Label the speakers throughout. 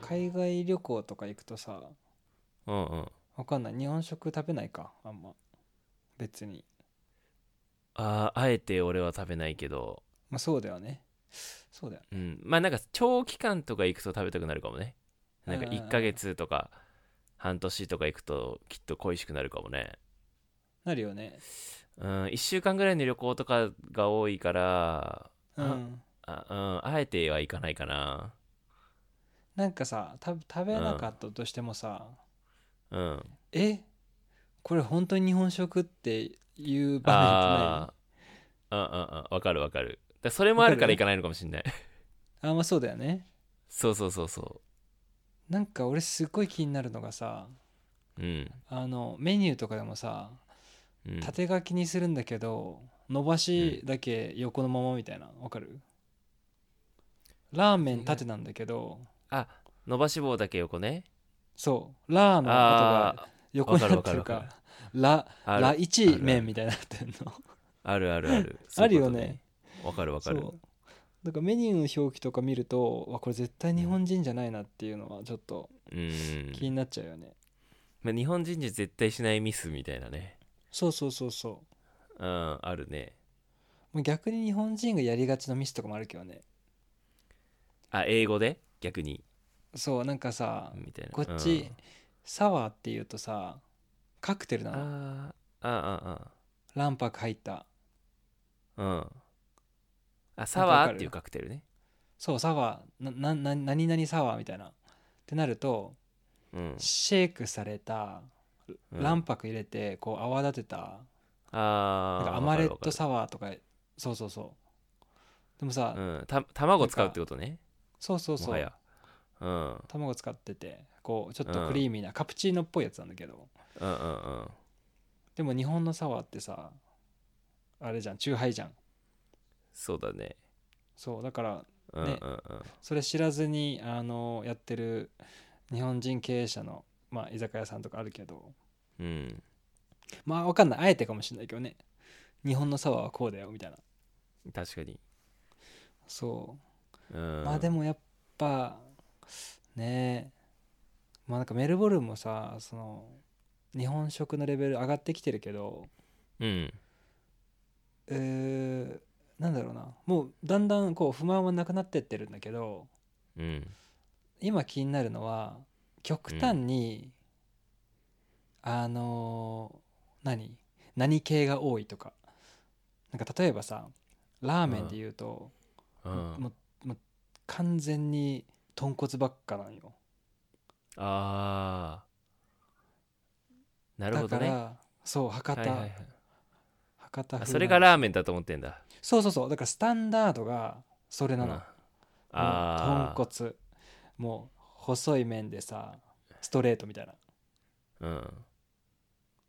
Speaker 1: 海外旅行とか行くとさ
Speaker 2: うんうん
Speaker 1: わかんない日本食食べないかあんま別に
Speaker 2: あーあえて俺は食べないけど
Speaker 1: まあそうだよねそうだよ
Speaker 2: うんまあなんか長期間とか行くと食べたくなるかもねなんか
Speaker 1: うんうんうん
Speaker 2: 1ヶ月とか半年とか行くときっと恋しくなるかもね
Speaker 1: なるよね
Speaker 2: うん1週間ぐらいの旅行とかが多いから
Speaker 1: う
Speaker 2: あ
Speaker 1: ん
Speaker 2: あ,、うん、あえては行かないかな
Speaker 1: なんかさた食べなかったとしてもさ、
Speaker 2: うん
Speaker 1: えこれ本当に日本食っていう場面ってない
Speaker 2: ああうんうんうんわかるわかるだそれもあるから行かないのかもしんない
Speaker 1: あまあそうだよね
Speaker 2: そうそうそうそ
Speaker 1: なんか俺すっごい気になるのがさ
Speaker 2: ううん、
Speaker 1: あのメニューとかでもさ
Speaker 2: うん、
Speaker 1: 縦書きにするんだけど伸ばしだけ横のままみたいなわかるラーメン縦なんだけど
Speaker 2: あ伸ばし棒だけ横ね
Speaker 1: そうラーの
Speaker 2: あ
Speaker 1: 後
Speaker 2: ー
Speaker 1: が横にな
Speaker 2: わ
Speaker 1: って
Speaker 2: かる
Speaker 1: る
Speaker 2: わかるわ
Speaker 1: かラ
Speaker 2: あ
Speaker 1: ラ
Speaker 2: る
Speaker 1: 一面みたいになってんの
Speaker 2: あるあるある
Speaker 1: あるよね
Speaker 2: そういうことわかるわかる
Speaker 1: そうだからメニューの表記とか見るとわこれ絶対日本人じゃないなっていうのはちょっと
Speaker 2: うん
Speaker 1: 気になっちゃうよね、
Speaker 2: まあ、日本人じゃ絶対しないミスみたいなね
Speaker 1: そうそうそうそ
Speaker 2: うんあるね
Speaker 1: うもう逆に日本人がやりがちなミスとかもあるけどね
Speaker 2: あ英語で逆に
Speaker 1: そうなんかさ
Speaker 2: みたいな
Speaker 1: こっち、サワーっていうとさカクテル
Speaker 2: う、
Speaker 1: なんの
Speaker 2: あーあ
Speaker 1: 卵白入った
Speaker 2: あああうんあサワーっていうカクテルね
Speaker 1: そうサワーななな何々サワーみたいなってなると
Speaker 2: うん
Speaker 1: シェイクされた
Speaker 2: うん
Speaker 1: 卵白入れてこう泡立てた
Speaker 2: あ
Speaker 1: なん
Speaker 2: ー
Speaker 1: かアマレット
Speaker 2: わか
Speaker 1: サワーとかそうそうそうでもさ、
Speaker 2: るわかるうん、た卵使うってことね
Speaker 1: そうそうそ
Speaker 2: もは
Speaker 1: う
Speaker 2: やうんうん
Speaker 1: 卵使っててこうちょっ
Speaker 2: う
Speaker 1: と
Speaker 2: ん
Speaker 1: クリーミーな、カプチーノっぽいやつなんだけど
Speaker 2: うんうん
Speaker 1: でも日本のサワーってさあれじゃんチューハイじゃん
Speaker 2: そうだね
Speaker 1: そうだから
Speaker 2: うんうん
Speaker 1: ね
Speaker 2: うん
Speaker 1: それ知らずにあのやってる日本人経営者の、まあ、居酒屋さんとかあるけど
Speaker 2: うん
Speaker 1: まあわかんないあえてかもしれないけどね日本のサワーはこうだよみたいな
Speaker 2: 確かに
Speaker 1: そうう、
Speaker 2: ん
Speaker 1: まあでもやっぱねえまあなんかメルボルンもさその日本食のレベル上がってきてるけど
Speaker 2: うん
Speaker 1: えーなんだろうなもうだんだんこう不満はなくなってってるんだけど
Speaker 2: うん
Speaker 1: 今気になるのは極端に、あのー何何系が多いとかなんか例えばさラーメンで言うと、
Speaker 2: うん
Speaker 1: もうもう完全に豚骨ばっかなんよ
Speaker 2: あーなる
Speaker 1: だ
Speaker 2: ほど
Speaker 1: か
Speaker 2: ね
Speaker 1: らそう博多、
Speaker 2: はいはいはい
Speaker 1: 博多
Speaker 2: あ
Speaker 1: 風
Speaker 2: それが
Speaker 1: なの
Speaker 2: ラーメンだと思ってんだ
Speaker 1: そうそうそうだからスタンダードがそれなの、
Speaker 2: うん
Speaker 1: もう
Speaker 2: あ
Speaker 1: 豚骨もう細い麺でさストレートみたいな
Speaker 2: 骨うん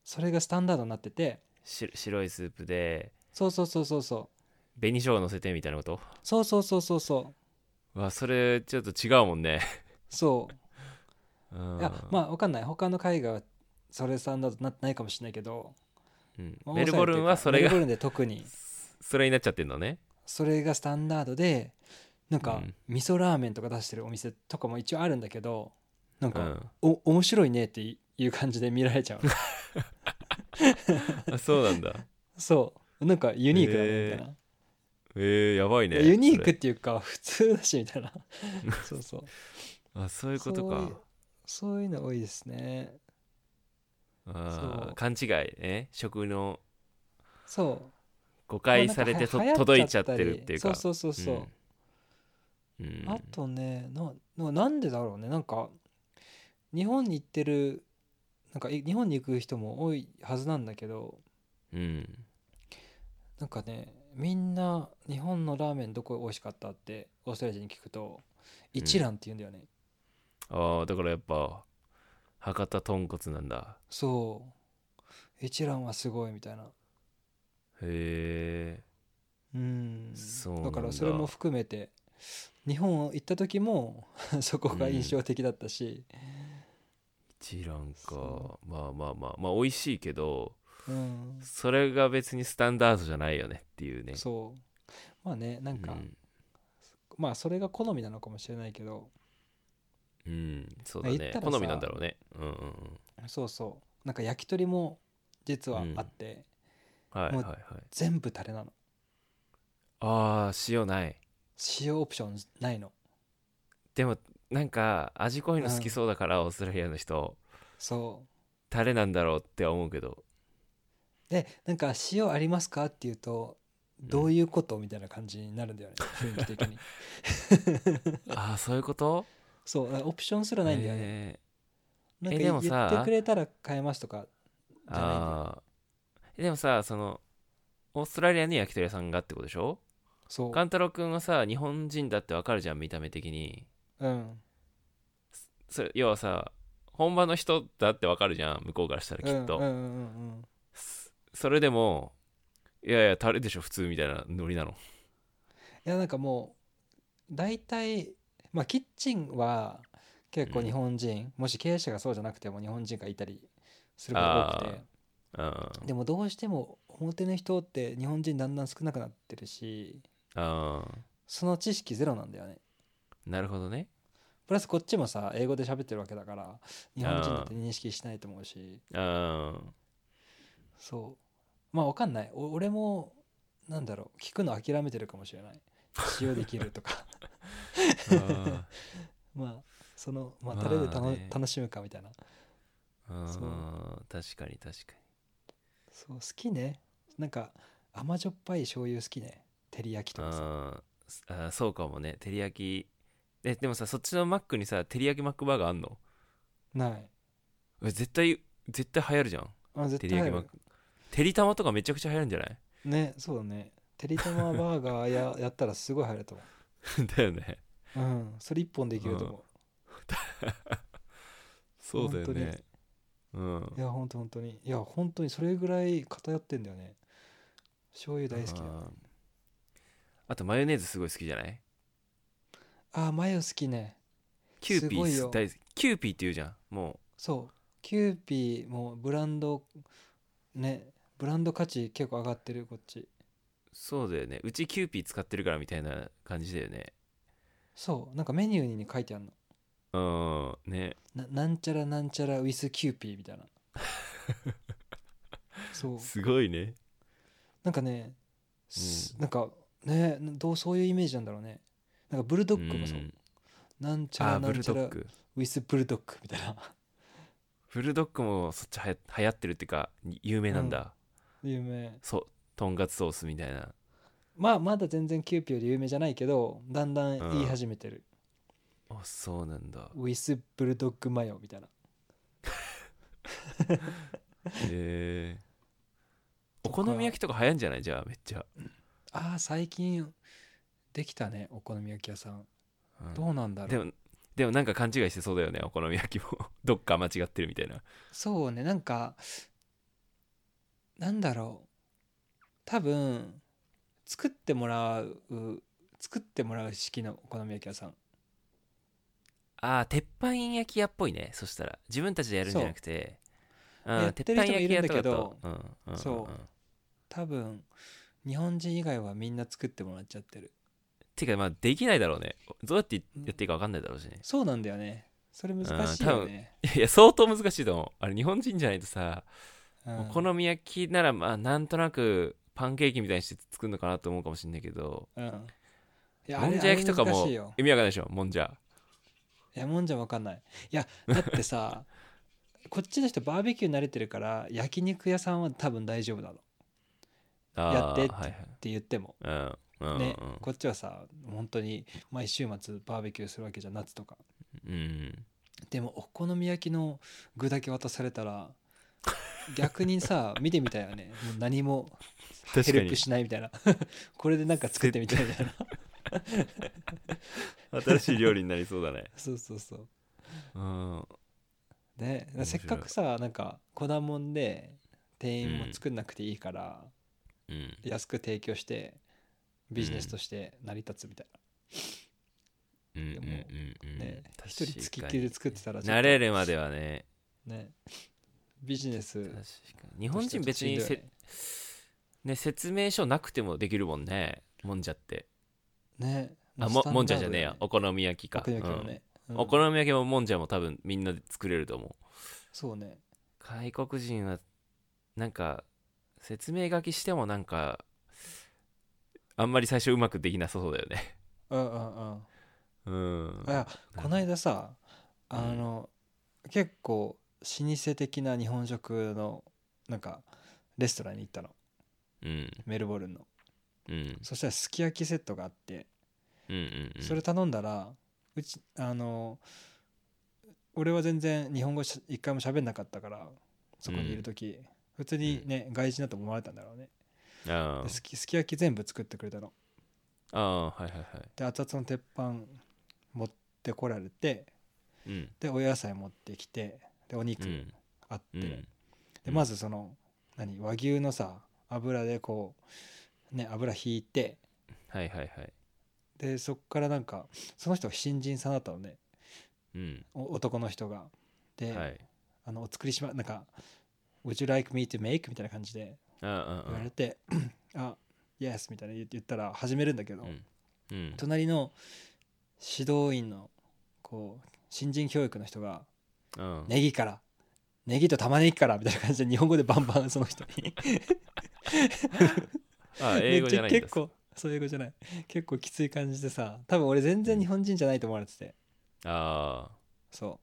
Speaker 1: それがスタンダードになってて
Speaker 2: し白いスープで
Speaker 1: そうそうそうそうそう
Speaker 2: 紅生姜乗せてみたいなこと
Speaker 1: そうそうそうそうそう
Speaker 2: うわそれちょっと違うもんね
Speaker 1: そうう、
Speaker 2: ん
Speaker 1: いやまあわかんない他の海外はそれさんだとなってないかもしれないけど、
Speaker 2: うん
Speaker 1: まあ
Speaker 2: メルボルンはそれ
Speaker 1: メルボ
Speaker 2: が
Speaker 1: ルンで特に
Speaker 2: それになっちゃってんのね
Speaker 1: それがスタンダードでなん
Speaker 2: う
Speaker 1: か
Speaker 2: ん
Speaker 1: 味噌ラーメンとか出してるお店とかも一応あるんだけどなん
Speaker 2: う
Speaker 1: か、
Speaker 2: ん
Speaker 1: お面白いねっていいう感じで見られち ゃう
Speaker 2: あそうなんだ
Speaker 1: そうなんかユニークだね
Speaker 2: へ
Speaker 1: み
Speaker 2: ー
Speaker 1: たいな、
Speaker 2: えー、やばいね
Speaker 1: ユニー
Speaker 2: そ
Speaker 1: クっ
Speaker 2: れ
Speaker 1: ていうか普通だしみたい なそうそう
Speaker 2: あそういうこと
Speaker 1: そうい
Speaker 2: か
Speaker 1: うそういうの多いですねそ
Speaker 2: あー
Speaker 1: う
Speaker 2: 勘違いえ食の
Speaker 1: そう
Speaker 2: 誤
Speaker 1: まあ
Speaker 2: 解
Speaker 1: なん
Speaker 2: さ
Speaker 1: か
Speaker 2: れてと
Speaker 1: は流行
Speaker 2: 届いちゃってるっていう
Speaker 1: っち
Speaker 2: か
Speaker 1: ゃったりそうそうそうそう、
Speaker 2: うん、うん
Speaker 1: あとねなななんでだろうねなんか日本に行ってるなんかい日本に行く人も多いはずなんだけど
Speaker 2: うん
Speaker 1: なんかねみんな日本のラーメンどこ美味しかったってオーストラリア人に聞くと
Speaker 2: うん
Speaker 1: 一蘭って言うんだよね、
Speaker 2: ああだからやっぱ博多豚骨なんだ
Speaker 1: そう一蘭はすごいみたいな
Speaker 2: へえ
Speaker 1: うん
Speaker 2: そうなん
Speaker 1: だ
Speaker 2: だ
Speaker 1: からそれも含めて日本行った時も そこが印象的だったし、
Speaker 2: 一覧か
Speaker 1: そ
Speaker 2: まあまあまあまあ美味しいけど
Speaker 1: うん
Speaker 2: それが別にスタンダードじゃないよねっていうね
Speaker 1: そうまあねなんか、
Speaker 2: うん
Speaker 1: まあそれが好みなのかもしれないけど
Speaker 2: うんそうだ
Speaker 1: 言っ
Speaker 2: ね
Speaker 1: たら
Speaker 2: 好
Speaker 1: さ
Speaker 2: みなんだろうねうんうんうん
Speaker 1: そうそうなんか焼き鳥も実はあって、
Speaker 2: はい
Speaker 1: もう
Speaker 2: はいはい
Speaker 1: 全部タレなの
Speaker 2: ああ塩ない
Speaker 1: 塩オプションないの
Speaker 2: でもなんか味濃いの好きそうだから、オーストラリアの人
Speaker 1: そう
Speaker 2: タレなんだろうって思うけど
Speaker 1: でなんか「塩ありますか?」って言うと「
Speaker 2: ん
Speaker 1: どういうこと?」みたいな感じになるんだ よね雰囲気的に
Speaker 2: ああそういうこと
Speaker 1: そうだからオプションすらないんだよね、
Speaker 2: ね
Speaker 1: なんか
Speaker 2: えでも
Speaker 1: 言
Speaker 2: さ
Speaker 1: ってくれたら買えますとかじゃないんだよ
Speaker 2: ああでもさそのオーストラリアに焼き鳥屋さんがってことでしょ
Speaker 1: そう
Speaker 2: 勘太郎くんはさ日本人だってわかるじゃん見た目的に
Speaker 1: うん
Speaker 2: それ要はさ本場の人だってわかるじゃん向こうからしたらきっと、
Speaker 1: うんうんうんうんうん
Speaker 2: そそれでもいやいやタレでしょ普通みたいなノリなの
Speaker 1: いやなんかもう大体まあキッチンは結構
Speaker 2: うん
Speaker 1: 日本人、もし経営者がそうじゃなくても日本人がいたりすることが多くて
Speaker 2: うん
Speaker 1: でもどうしても表の人って日本人だんだん少なくなってるし
Speaker 2: あ
Speaker 1: その知識ゼロなんだよね
Speaker 2: ーなるほどね
Speaker 1: プラスこっちもさ英語で喋ってるわけだから日本人だって認識しないと思うし
Speaker 2: あー
Speaker 1: そうまあわかんないお俺もなんだろう聞くの諦めてるかもしれない使用できると か
Speaker 2: あ
Speaker 1: まあその、まあ、
Speaker 2: まあ
Speaker 1: タレでたの、
Speaker 2: ね
Speaker 1: 楽しむかみたいな
Speaker 2: ーあ
Speaker 1: そう
Speaker 2: ー確かに確か
Speaker 1: そう好きねなんか甘じょっぱい醤油好きね照り焼きと
Speaker 2: に
Speaker 1: かさ
Speaker 2: あーあーそうかもね照り焼きえでもさそっちのマックにさ照り焼きマックバーガーあんの
Speaker 1: ない
Speaker 2: え絶対絶対流行るじゃん
Speaker 1: あ絶対
Speaker 2: 照り焼き
Speaker 1: 入
Speaker 2: マ
Speaker 1: る
Speaker 2: ック照り玉とかめちゃくちゃ流行るんじゃない
Speaker 1: ねそうだねてりたまバーガーややったらすごい入ると思
Speaker 2: だよね
Speaker 1: ううんそれ一本できると思う、
Speaker 2: そうだよねうん
Speaker 1: いやほんとほんとにいやほんとにそれぐらい偏ってんだよね醤油大好きだ
Speaker 2: あ
Speaker 1: よ
Speaker 2: ーあとマヨネーズすごい好きじゃない
Speaker 1: ああマヨ好きね
Speaker 2: キューピ
Speaker 1: すごい
Speaker 2: ー
Speaker 1: よ
Speaker 2: す大好きキューピーって言うじゃんも
Speaker 1: そうキューピーもブランドねブランド価値結構上がってるこっち
Speaker 2: うそうだよねうちキューピー使ってるからみたいな感じだよね
Speaker 1: そうなんかメニューに書いてあるの
Speaker 2: うんね
Speaker 1: ななんちゃらなんちゃらウィスキューピーみたい なそう
Speaker 2: すごいね
Speaker 1: なんかね、すなんかねどうそういうイメージなんだろうねなんかブルドッグもそう、
Speaker 2: ん
Speaker 1: なんちゃ
Speaker 2: あ
Speaker 1: ら
Speaker 2: ー
Speaker 1: な
Speaker 2: ブ
Speaker 1: ん
Speaker 2: ル
Speaker 1: ちゃ
Speaker 2: ド
Speaker 1: ら
Speaker 2: ッ
Speaker 1: ウ
Speaker 2: グ
Speaker 1: ィスブルドッグみたいな
Speaker 2: ブルドッグもそっちはや流行ってるっていうか有名なんだ、
Speaker 1: 有名
Speaker 2: そうとんかつソースみたいな
Speaker 1: まあまだ全然キューピーより有名じゃないけどだんだん言い始めてる、
Speaker 2: あそうなんだ
Speaker 1: ウィスブルドッグマヨみたいな
Speaker 2: へえ
Speaker 1: と
Speaker 2: お
Speaker 1: か
Speaker 2: 好み焼きとか流行んじゃないじゃあめっちゃ、
Speaker 1: あー最近できたねお好み焼き屋さん
Speaker 2: うん
Speaker 1: どうなんだ
Speaker 2: で
Speaker 1: ろう
Speaker 2: もでもなんか勘違いしてそうだよねお好み焼きも どっか間違ってるみたいな
Speaker 1: そうねなんかなんだろう多分作ってもらう作ってもらう式のお好み焼き屋さん
Speaker 2: ああ鉄板焼き屋っぽいねそしたら自分たちでやるんじゃなくてうん
Speaker 1: やってる人もいるんだけど
Speaker 2: 鉄板焼き屋とかだとうんうんうん
Speaker 1: そう多分日本人以外はみんな作ってもらっちゃってる
Speaker 2: てかまあできないだろうねどうやってや
Speaker 1: うん
Speaker 2: っていいか分かんないだろうしね、
Speaker 1: そうなんだよねそれ難しいよね、
Speaker 2: いや相当難しいと思うあれ日本人じゃないとさ、
Speaker 1: うん
Speaker 2: お好み焼きならまあなんとなくパンケーキみたいにして作るのかなと思うかもしれないけど
Speaker 1: うんいや
Speaker 2: もんじゃ焼きとか
Speaker 1: あれあれ難
Speaker 2: も
Speaker 1: しい
Speaker 2: 意味
Speaker 1: よ
Speaker 2: わかんないでしょもんじゃ
Speaker 1: いやもんじゃわかんないいやだってさ こっちの人バーベキュー慣れてるから焼肉屋さんは多分大丈夫なのっ
Speaker 2: あー
Speaker 1: やって
Speaker 2: はい
Speaker 1: て言っても
Speaker 2: はいうんうん
Speaker 1: ね、こっちはさ本当に毎週末バーベキューするわけじゃん夏とか
Speaker 2: うんうん
Speaker 1: でもお好み焼きの具だけ渡された ら逆にさ見てみたいよねもう何も
Speaker 2: 確
Speaker 1: ヘ
Speaker 2: か
Speaker 1: ル
Speaker 2: に
Speaker 1: プしないみたいな これでなんか作ってみたいみ たいな
Speaker 2: 新しい料理になりそうだね
Speaker 1: そうそうそう
Speaker 2: うん
Speaker 1: ね
Speaker 2: 面白い
Speaker 1: せっかくさなんか粉もんで店員も作んなくていいから、
Speaker 2: うん
Speaker 1: 安く提供してビジネスとして成り立つみたい
Speaker 2: うんうん
Speaker 1: でも
Speaker 2: うん
Speaker 1: な、ね
Speaker 2: 確
Speaker 1: 一人付きっき
Speaker 2: か
Speaker 1: り
Speaker 2: に
Speaker 1: で作ってたらちょっと
Speaker 2: 慣れるまではね
Speaker 1: ねビジネス
Speaker 2: 確かに日本人別に
Speaker 1: としてはちょっとしんどいよ
Speaker 2: せ、ね、説明書なくてもできるもんねもんじゃって
Speaker 1: ね
Speaker 2: あももんじゃじゃ
Speaker 1: スタンダードだよ
Speaker 2: ねえやお好み焼きか
Speaker 1: 奥行きのね、うん
Speaker 2: お好み焼きももんじゃも多分みんなで作れると思う
Speaker 1: そうね
Speaker 2: 外国人はなんか説明書きしてもなんかあんまり最初うまくできなさそうだよね
Speaker 1: うんうんうん
Speaker 2: うん
Speaker 1: いやこの間さあの、結構老舗的な日本食のなんかレストランに行ったの
Speaker 2: うん
Speaker 1: メルボルンの
Speaker 2: うん
Speaker 1: そしたらすき焼きセットがあって
Speaker 2: うんうんうん
Speaker 1: それ頼んだらうちあの俺は全然日本語し一回も喋んなかったからそこにいる時、普通にね、外人だと思われたんだろうね
Speaker 2: あ
Speaker 1: で
Speaker 2: ー
Speaker 1: すきすき焼き全部作ってくれたの
Speaker 2: あーはいはいは
Speaker 1: で熱々の鉄板持ってこられて
Speaker 2: いうん
Speaker 1: でお野菜持ってきてでお肉
Speaker 2: うん
Speaker 1: あって、
Speaker 2: うん
Speaker 1: でまずその何和牛のさ油でこうね油引いて
Speaker 2: はいはいはい
Speaker 1: でそっからなんかその人は新人さんだったのね
Speaker 2: うん
Speaker 1: お男の人がで、
Speaker 2: はい
Speaker 1: あのお作りしまなんか「Would you like me to make?」みたいな感じで
Speaker 2: ああ
Speaker 1: 言われて「あ Yes」みたいな言言ったら始めるんだけど、
Speaker 2: うんうん
Speaker 1: 隣の指導員のこう新人教育の人が
Speaker 2: うん
Speaker 1: ネギからネギと玉ねぎからみたいな感じで日本語でバンバンその人に
Speaker 2: あ英語じゃないん
Speaker 1: めっ
Speaker 2: だ
Speaker 1: ち 結構そう英語じゃない結構きつい感じでさ多分俺全然日本人じゃないと思われてて、
Speaker 2: あ
Speaker 1: そ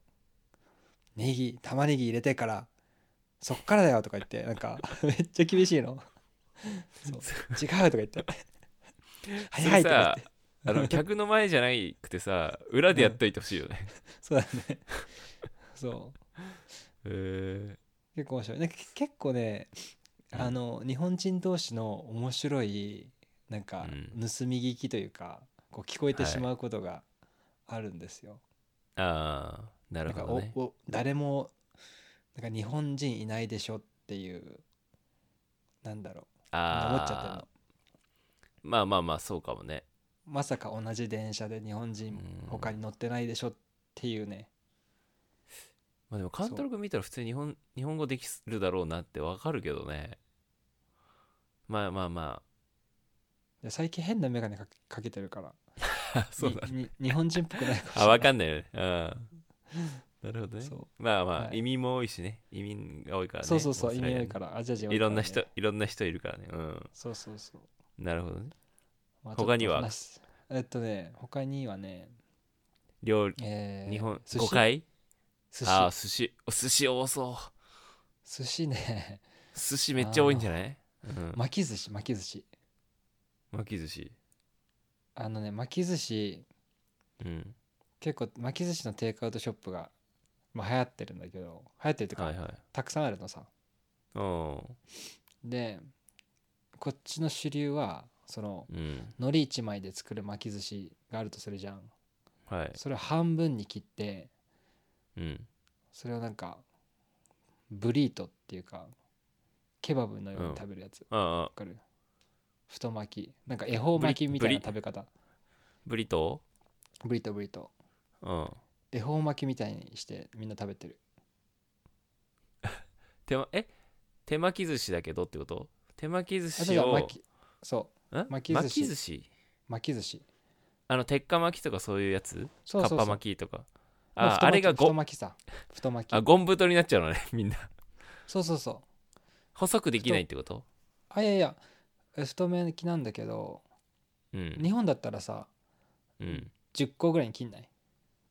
Speaker 1: うネギ玉ねぎ入れてからそっからだよとか言ってなんか めっちゃ厳しいのそう違うとか言 って
Speaker 2: そ
Speaker 1: 早
Speaker 2: れ
Speaker 1: いとか言っ
Speaker 2: さ
Speaker 1: て
Speaker 2: ああの客の前じゃなくてさ裏でやっといてほしいよね
Speaker 1: そうだねそう
Speaker 2: へ え
Speaker 1: 結構面白いなんかけ結構ね
Speaker 2: うん
Speaker 1: あの、日本人同士の面白いなんか
Speaker 2: うん
Speaker 1: 盗み聞きというか、こう聞こえて
Speaker 2: はい
Speaker 1: しまうことがあるんですよ。
Speaker 2: ああなる
Speaker 1: なんか
Speaker 2: ほどね
Speaker 1: おお誰もなんか日本人いないでしょっていうなんだろう思っちゃってる
Speaker 2: ああ
Speaker 1: の
Speaker 2: まあまあまあそうかもね
Speaker 1: まさか同じ電車で日本人
Speaker 2: うん
Speaker 1: 他に乗ってないでしょっていうね
Speaker 2: まあでも監督見たら普通に日本日本語できるだろうなってわかるけどねまあまあま
Speaker 1: で最近変な眼鏡かかけてる から
Speaker 2: あそうだ
Speaker 1: にに日本人っぽくないかもしれ ない
Speaker 2: あわかんないよ ねうんなるほどね
Speaker 1: そう
Speaker 2: まあまあ、
Speaker 1: はい
Speaker 2: 移民も多いしね移民が多いからね
Speaker 1: そうそうそ
Speaker 2: オ
Speaker 1: う
Speaker 2: ー
Speaker 1: 意
Speaker 2: ストラ
Speaker 1: 味
Speaker 2: リア
Speaker 1: 多
Speaker 2: ね
Speaker 1: いからアジア人多
Speaker 2: い
Speaker 1: いから
Speaker 2: ろん
Speaker 1: ね
Speaker 2: な人いろんな人いるからねうん
Speaker 1: そうそうそう
Speaker 2: なるほどね
Speaker 1: まあ
Speaker 2: 他に
Speaker 1: ちょ
Speaker 2: は
Speaker 1: っと話すえっとね他にはね、
Speaker 2: 料理
Speaker 1: えー
Speaker 2: 日本
Speaker 1: 寿
Speaker 2: 5
Speaker 1: 司
Speaker 2: 回
Speaker 1: 寿
Speaker 2: ああ
Speaker 1: 司
Speaker 2: 寿司お寿司多そう
Speaker 1: 寿司ね
Speaker 2: 寿司めっちゃ多いんじゃない、うん、
Speaker 1: 巻き寿司巻き寿司
Speaker 2: 巻き寿司
Speaker 1: あのね巻き寿司
Speaker 2: うん
Speaker 1: 結構巻き寿司のテイクアウトショップが、まあ、流行ってるんだけど流行ってるっていうか、
Speaker 2: はいはい
Speaker 1: たくさんあるのさ
Speaker 2: お
Speaker 1: でこっちの主流はその
Speaker 2: ーうん
Speaker 1: 海苔一枚で作る巻き寿司があるとするじゃん
Speaker 2: はい
Speaker 1: それを半分に切って
Speaker 2: うん
Speaker 1: それをなんかブリートっていうかケバブのように食べるやつ、
Speaker 2: ああ
Speaker 1: わかる太巻きなんか恵方巻きみたいな食べ方
Speaker 2: ブリト
Speaker 1: ブリトブリト
Speaker 2: ーうん
Speaker 1: 恵方巻きみたいにしてみんな食べてる
Speaker 2: 手まえ手巻き寿司だけどってこと手巻き寿
Speaker 1: あと
Speaker 2: 司
Speaker 1: は
Speaker 2: を
Speaker 1: 巻きそ
Speaker 2: ん
Speaker 1: 巻き寿司
Speaker 2: 巻き寿司
Speaker 1: う巻き寿司
Speaker 2: あの鉄火巻きとかそういうやつ
Speaker 1: そうそうそう
Speaker 2: かっぱ巻きとか
Speaker 1: ま
Speaker 2: ああれが
Speaker 1: 太
Speaker 2: ご
Speaker 1: 巻き太巻きさ太巻き
Speaker 2: あゴン太になっちゃうのね みんな
Speaker 1: そうそうそう
Speaker 2: 細くできないってこと
Speaker 1: あいやいやえ太巻きなんだけど
Speaker 2: うん、
Speaker 1: 日本だったらさ
Speaker 2: うん、
Speaker 1: 10個ぐらいに切んない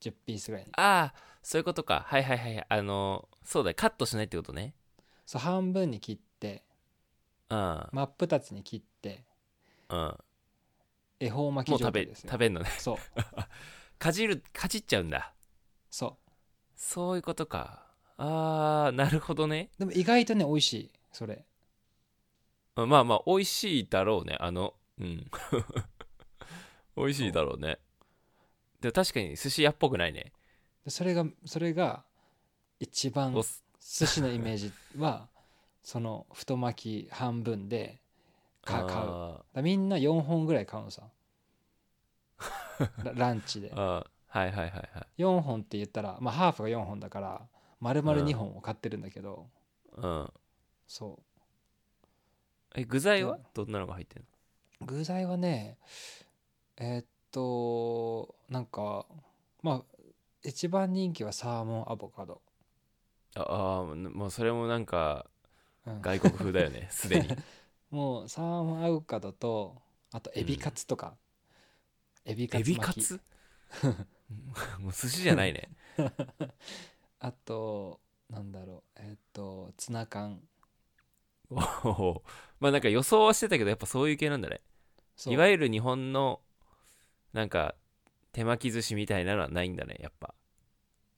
Speaker 1: 10ピースぐらいに
Speaker 2: ああそういうことかはいはいはいあのそうだよカットしないってことね
Speaker 1: そう半分に切って
Speaker 2: うん
Speaker 1: 真っ二つに切って
Speaker 2: うん
Speaker 1: 恵方
Speaker 2: も
Speaker 1: 巻
Speaker 2: う
Speaker 1: き状
Speaker 2: 食べ
Speaker 1: 態ですよ
Speaker 2: 食べんのね
Speaker 1: そう
Speaker 2: かじるかじっちゃうんだ
Speaker 1: そ
Speaker 2: そういうことかあーなるほどね
Speaker 1: うでも意外とね美味しいそれ
Speaker 2: まあまあ美味しいだろうねあのうん 美味しいだろうねでも確かに寿司屋っぽくないね
Speaker 1: でそれがそれが一番
Speaker 2: おす
Speaker 1: 寿司のイメージ はその太巻き半分でか買うだか
Speaker 2: あ
Speaker 1: らみんな4本ぐらい買うのさラランチで
Speaker 2: ーあーはいはいはいはい
Speaker 1: 4本って言ったらまあハーフが4本だから丸々2本を買ってるんだけど、
Speaker 2: うん
Speaker 1: そ
Speaker 2: え具材は
Speaker 1: で
Speaker 2: どんなのが入ってる
Speaker 1: う具材はねえーっとなんかまあえ一番人気はサーモンアボカド、
Speaker 2: ああーもうそれもなんか
Speaker 1: うん、
Speaker 2: 外国風だ よねすでに
Speaker 1: もうサーモンアボカドとあとエビカツとか、エビカ
Speaker 2: エ
Speaker 1: ツ
Speaker 2: ビ
Speaker 1: 巻
Speaker 2: カ
Speaker 1: き
Speaker 2: ツ もう寿司じゃ ないね
Speaker 1: あとなんだろうえっ、とツナ缶
Speaker 2: おおまあなんか予想はしてたけどやっぱそういう系なんだね
Speaker 1: そう
Speaker 2: いわゆる日本のなんか手巻き寿司みたいなのはないんだねやっぱ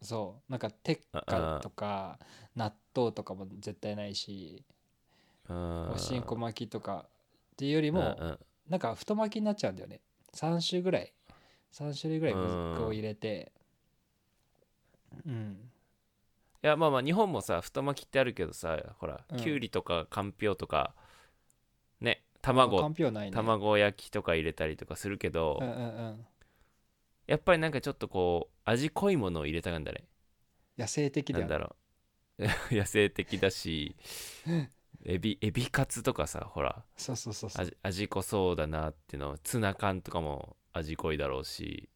Speaker 1: そうなんか鉄火とか納豆とかも絶対ないし
Speaker 2: うん
Speaker 1: おしんこ巻きとかっていうよりも
Speaker 2: うんうん
Speaker 1: なんか太巻きになっちゃうんだよね3種ぐらい3種類ぐらい具を入れてうん
Speaker 2: いやまあまあ日本もさ太巻きってあるけどさほら、
Speaker 1: うん
Speaker 2: きゅうりとかかんぴょうとかね
Speaker 1: か
Speaker 2: 卵
Speaker 1: んぴょうないね
Speaker 2: 卵焼きとか入れたりとかするけど、
Speaker 1: うんうんうん
Speaker 2: やっぱりなんかちょっとこう味濃いものを入れたがんだね
Speaker 1: 野生的だ
Speaker 2: なん
Speaker 1: よ
Speaker 2: だ
Speaker 1: ね
Speaker 2: ろう 野生的だしエビエビカツとかさほら
Speaker 1: そうそうそうそう
Speaker 2: 味味濃そうだなっていうのツナ缶とかも味濃いだろうし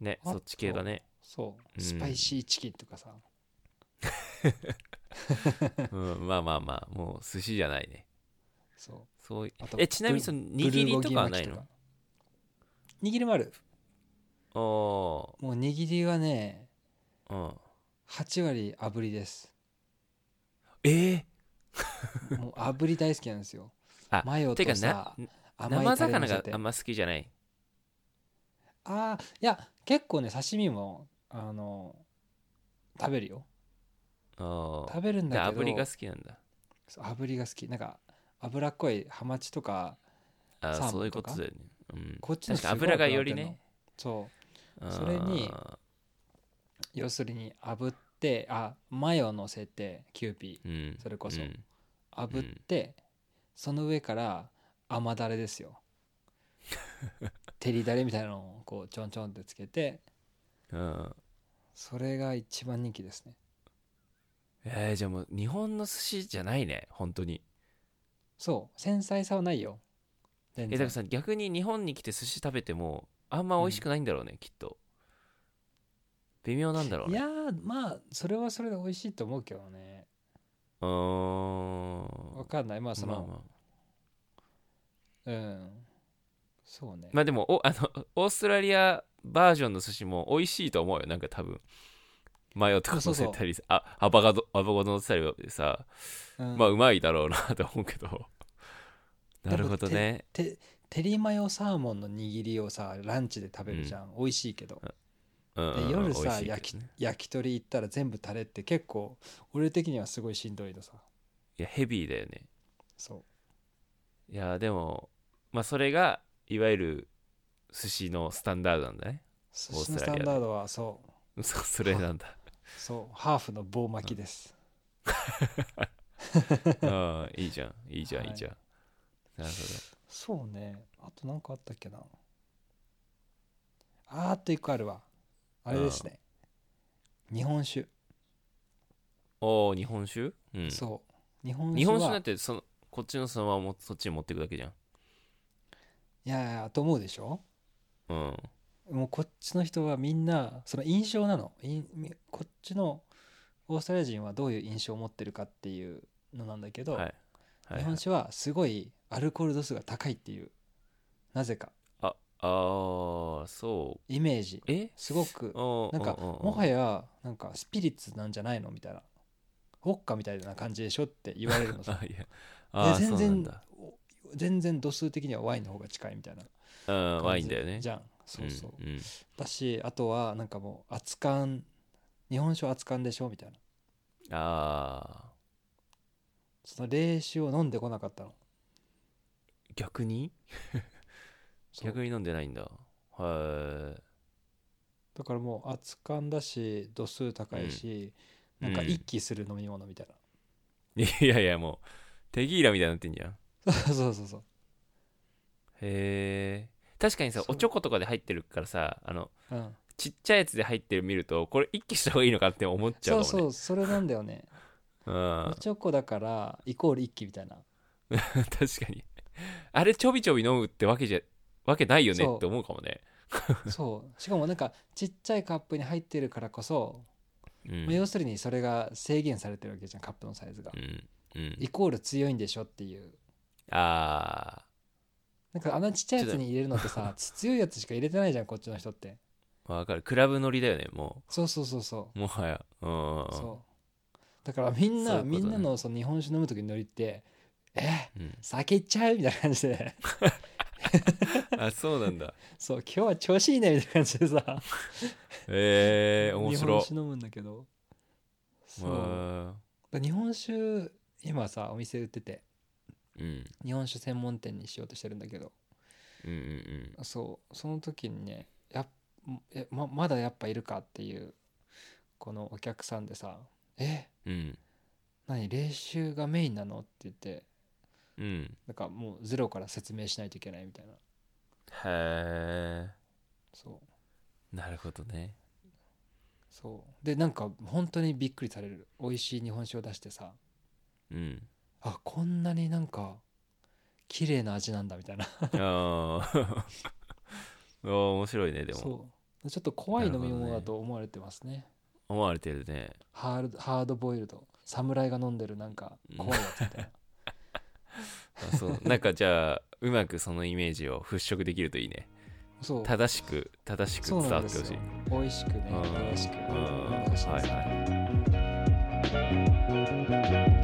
Speaker 2: ね
Speaker 1: あと
Speaker 2: そっち系だね
Speaker 1: そう
Speaker 2: うん
Speaker 1: スパイシーチキンとかさ
Speaker 2: うんまあまあまあもう寿司じゃないね
Speaker 1: そう
Speaker 2: そうい
Speaker 1: あと
Speaker 2: えちなみにその握りとかはない
Speaker 1: ブルゴギ巻きと
Speaker 2: の
Speaker 1: か握りもある
Speaker 2: お
Speaker 1: もう握りはね
Speaker 2: ーうん
Speaker 1: 8割炙りです
Speaker 2: えー
Speaker 1: もう炙り大好きなんですよ
Speaker 2: あ
Speaker 1: マヨ
Speaker 2: て
Speaker 1: と
Speaker 2: か
Speaker 1: さ
Speaker 2: な
Speaker 1: 甘
Speaker 2: 生
Speaker 1: いタレ乗
Speaker 2: 魚
Speaker 1: せ
Speaker 2: が
Speaker 1: て
Speaker 2: あんま好きじゃない
Speaker 1: あーいや結構ね刺身もあの食べるよ
Speaker 2: あ
Speaker 1: 食べるん
Speaker 2: あ
Speaker 1: だけど
Speaker 2: 炙りが好きなんだ
Speaker 1: そう炙りが好きなんか脂っこいハマチとか
Speaker 2: あ
Speaker 1: サーモン
Speaker 2: ーそういうこと
Speaker 1: とか
Speaker 2: だよねうん
Speaker 1: こっちの
Speaker 2: 確かに
Speaker 1: すごい
Speaker 2: 油がよりね
Speaker 1: そう
Speaker 2: うん
Speaker 1: それに要するに炙ってあマヨ乗せてキューピ
Speaker 2: うん
Speaker 1: それこそ
Speaker 2: うん
Speaker 1: ー炙って、その上から甘だれです よ照りだれみたいなのをこうちょんちょんってつけて
Speaker 2: うん
Speaker 1: それが一番人気ですね
Speaker 2: えーじゃあもう日本の寿司じゃないね本当に
Speaker 1: そう繊細さはないよ全
Speaker 2: え
Speaker 1: 然
Speaker 2: だからさ逆に日本に来て寿司食べてもあんま美味しくないんだろうねきっと微妙なんだろう
Speaker 1: い
Speaker 2: ね
Speaker 1: やーまあそれはそれで美味しいと思うけどね
Speaker 2: うーん
Speaker 1: わかんないまあそ
Speaker 2: まあ
Speaker 1: の、
Speaker 2: まあ
Speaker 1: うんそうね、
Speaker 2: まあでもおあ のオーストラリアバージョンの寿司も美味しいと思うよなんか多分マヨとか
Speaker 1: そ
Speaker 2: 乗
Speaker 1: うそう
Speaker 2: せ
Speaker 1: そう
Speaker 2: たりさあアボカドアボカド乗せたりさ、
Speaker 1: うん
Speaker 2: まあうまいだろうなと思うけ どなるほどね
Speaker 1: てテリマヨサーモンの握りをさランチで食べるじゃん、美味しいけど
Speaker 2: うんうんう
Speaker 1: で
Speaker 2: ん
Speaker 1: 夜
Speaker 2: 美
Speaker 1: さ、
Speaker 2: 味しいけど
Speaker 1: 焼き
Speaker 2: ね
Speaker 1: 焼き鳥行ったら全部タレって結構俺的にはすごいしんどいのさ
Speaker 2: いやヘビーだよね
Speaker 1: そ
Speaker 2: いやでもまあそれがいわゆる寿司のスタンダードなんだね
Speaker 1: う寿司
Speaker 2: オー
Speaker 1: の
Speaker 2: ス
Speaker 1: ス
Speaker 2: ト
Speaker 1: タ
Speaker 2: ラリアで
Speaker 1: ンダードはそう
Speaker 2: そ それなんだ
Speaker 1: そうハーフの棒巻きです、
Speaker 2: ああいいじゃんいいじゃん、
Speaker 1: はい
Speaker 2: い、いじゃんなる
Speaker 1: そうねあとなんかあったっけなあーっと一個あるわあれですね日本酒、
Speaker 2: ほどおお日本酒、うん、
Speaker 1: そう日本
Speaker 2: 日
Speaker 1: 酒は
Speaker 2: 本酒なんてそのこっちのそのままもそっちに持っていくだけじゃん
Speaker 1: いやいやと思うでしょ
Speaker 2: うん
Speaker 1: もうこっちの人はみんなその印象なのいんみこっちのオーストラリア人はどういう印象を持ってるかっていうのなんだけど、
Speaker 2: はいはいはい
Speaker 1: 日本酒はすごいアルコール度数が高いっていうなぜか
Speaker 2: あああそう
Speaker 1: イメージ
Speaker 2: え
Speaker 1: すごく
Speaker 2: な
Speaker 1: なんかもはやなんかスピリッツなんじゃないのみたいなウォッカみたいな感じでしょって言われるのさ
Speaker 2: あいや
Speaker 1: で
Speaker 2: あー
Speaker 1: 全
Speaker 2: そうなん
Speaker 1: 然
Speaker 2: だ
Speaker 1: お全然度数的にはワインの方が近いみたいな
Speaker 2: うんワイン
Speaker 1: 感じ
Speaker 2: だよね
Speaker 1: じゃんそうそう、
Speaker 2: んん
Speaker 1: だしあとはなんかもう熱燗日本酒は熱燗でしょみたいな
Speaker 2: ああ
Speaker 1: その冷酒を飲んでこなかったの
Speaker 2: 逆に
Speaker 1: そう
Speaker 2: 逆に飲んでないんだはい
Speaker 1: だからもう熱燗だし度数高いし、
Speaker 2: うん
Speaker 1: なんか
Speaker 2: うん
Speaker 1: 一気する飲み物みたい
Speaker 2: い やいやもうテギーラみたいになってんじゃん
Speaker 1: な、 そうそうそう
Speaker 2: へえ確かにさ
Speaker 1: そう
Speaker 2: おちょことかで入ってるからさあの
Speaker 1: そう、うん、
Speaker 2: ちっちゃいやつで入ってる見るとこれ一気した方がいいのかって思っちゃ
Speaker 1: そうう
Speaker 2: かもね
Speaker 1: そうそれなんだよね
Speaker 2: う
Speaker 1: お
Speaker 2: ん、
Speaker 1: チョコだからイコール一気みたいな
Speaker 2: 確かにあれちょびちょび飲むってわけじゃわけないよねって思うかもね
Speaker 1: そうしかもなんかちっちゃいカップに入ってるからこそ、
Speaker 2: う
Speaker 1: まあ
Speaker 2: ん
Speaker 1: 要するにそれが制限されてるわけじゃんカップのサイズが、
Speaker 2: うんうん
Speaker 1: イコール強いんでしょっていう
Speaker 2: あ
Speaker 1: なんかあんなちっちゃいやつに入れるのってさ強いやつしか入れてないじゃんこっちの人って
Speaker 2: ーわかるクラブ乗りだよねも
Speaker 1: そうそうそうそう
Speaker 2: もはやうんうん
Speaker 1: うそうだからみんな、
Speaker 2: そういうことね
Speaker 1: みんなのその日本酒飲む時のノリってえ
Speaker 2: うんうん
Speaker 1: 酒いっちゃうみたいな感じで
Speaker 2: あそうなんだ
Speaker 1: そう今日は調子いいねみたいな感じでさ
Speaker 2: えー、面
Speaker 1: 日
Speaker 2: 白
Speaker 1: 本
Speaker 2: い
Speaker 1: 酒飲むんだけど
Speaker 2: う
Speaker 1: そうだ日本酒今さお店売ってて
Speaker 2: ん
Speaker 1: 日本酒専門店にしようとしてるんだけど
Speaker 2: うんうん
Speaker 1: そうその時にねやっえままだやっぱいるかっていうこのお客さんでさ「え
Speaker 2: うんうん
Speaker 1: 何練習がメインなの?」って言って
Speaker 2: うん
Speaker 1: なんかもうゼロから説明しないといけないみたいな
Speaker 2: へえ
Speaker 1: そう
Speaker 2: なるほどね
Speaker 1: そうでなんか本当にびっくりされる美味しい日本酒を出してさ
Speaker 2: うん
Speaker 1: あこんなになんか綺麗な味なんだみたいな
Speaker 2: あー あー面白いねでも
Speaker 1: そうちょっと怖い飲み
Speaker 2: なるほ
Speaker 1: 物
Speaker 2: どね
Speaker 1: だと思われてますね
Speaker 2: 思われてるね
Speaker 1: ハードハードボイルド侍が飲んでるなんか怖いやつみたいな
Speaker 2: あそうなんかじゃあうまくそのイメージを払拭できるといいね
Speaker 1: そう
Speaker 2: 正しく正しく伝
Speaker 1: そうな
Speaker 2: わ
Speaker 1: ん
Speaker 2: っ
Speaker 1: で
Speaker 2: て
Speaker 1: す
Speaker 2: ほし
Speaker 1: よ
Speaker 2: い
Speaker 1: 美味しくね
Speaker 2: うん
Speaker 1: 美味しく
Speaker 2: うん
Speaker 1: お願いし
Speaker 2: は
Speaker 1: ま
Speaker 2: い
Speaker 1: す
Speaker 2: はい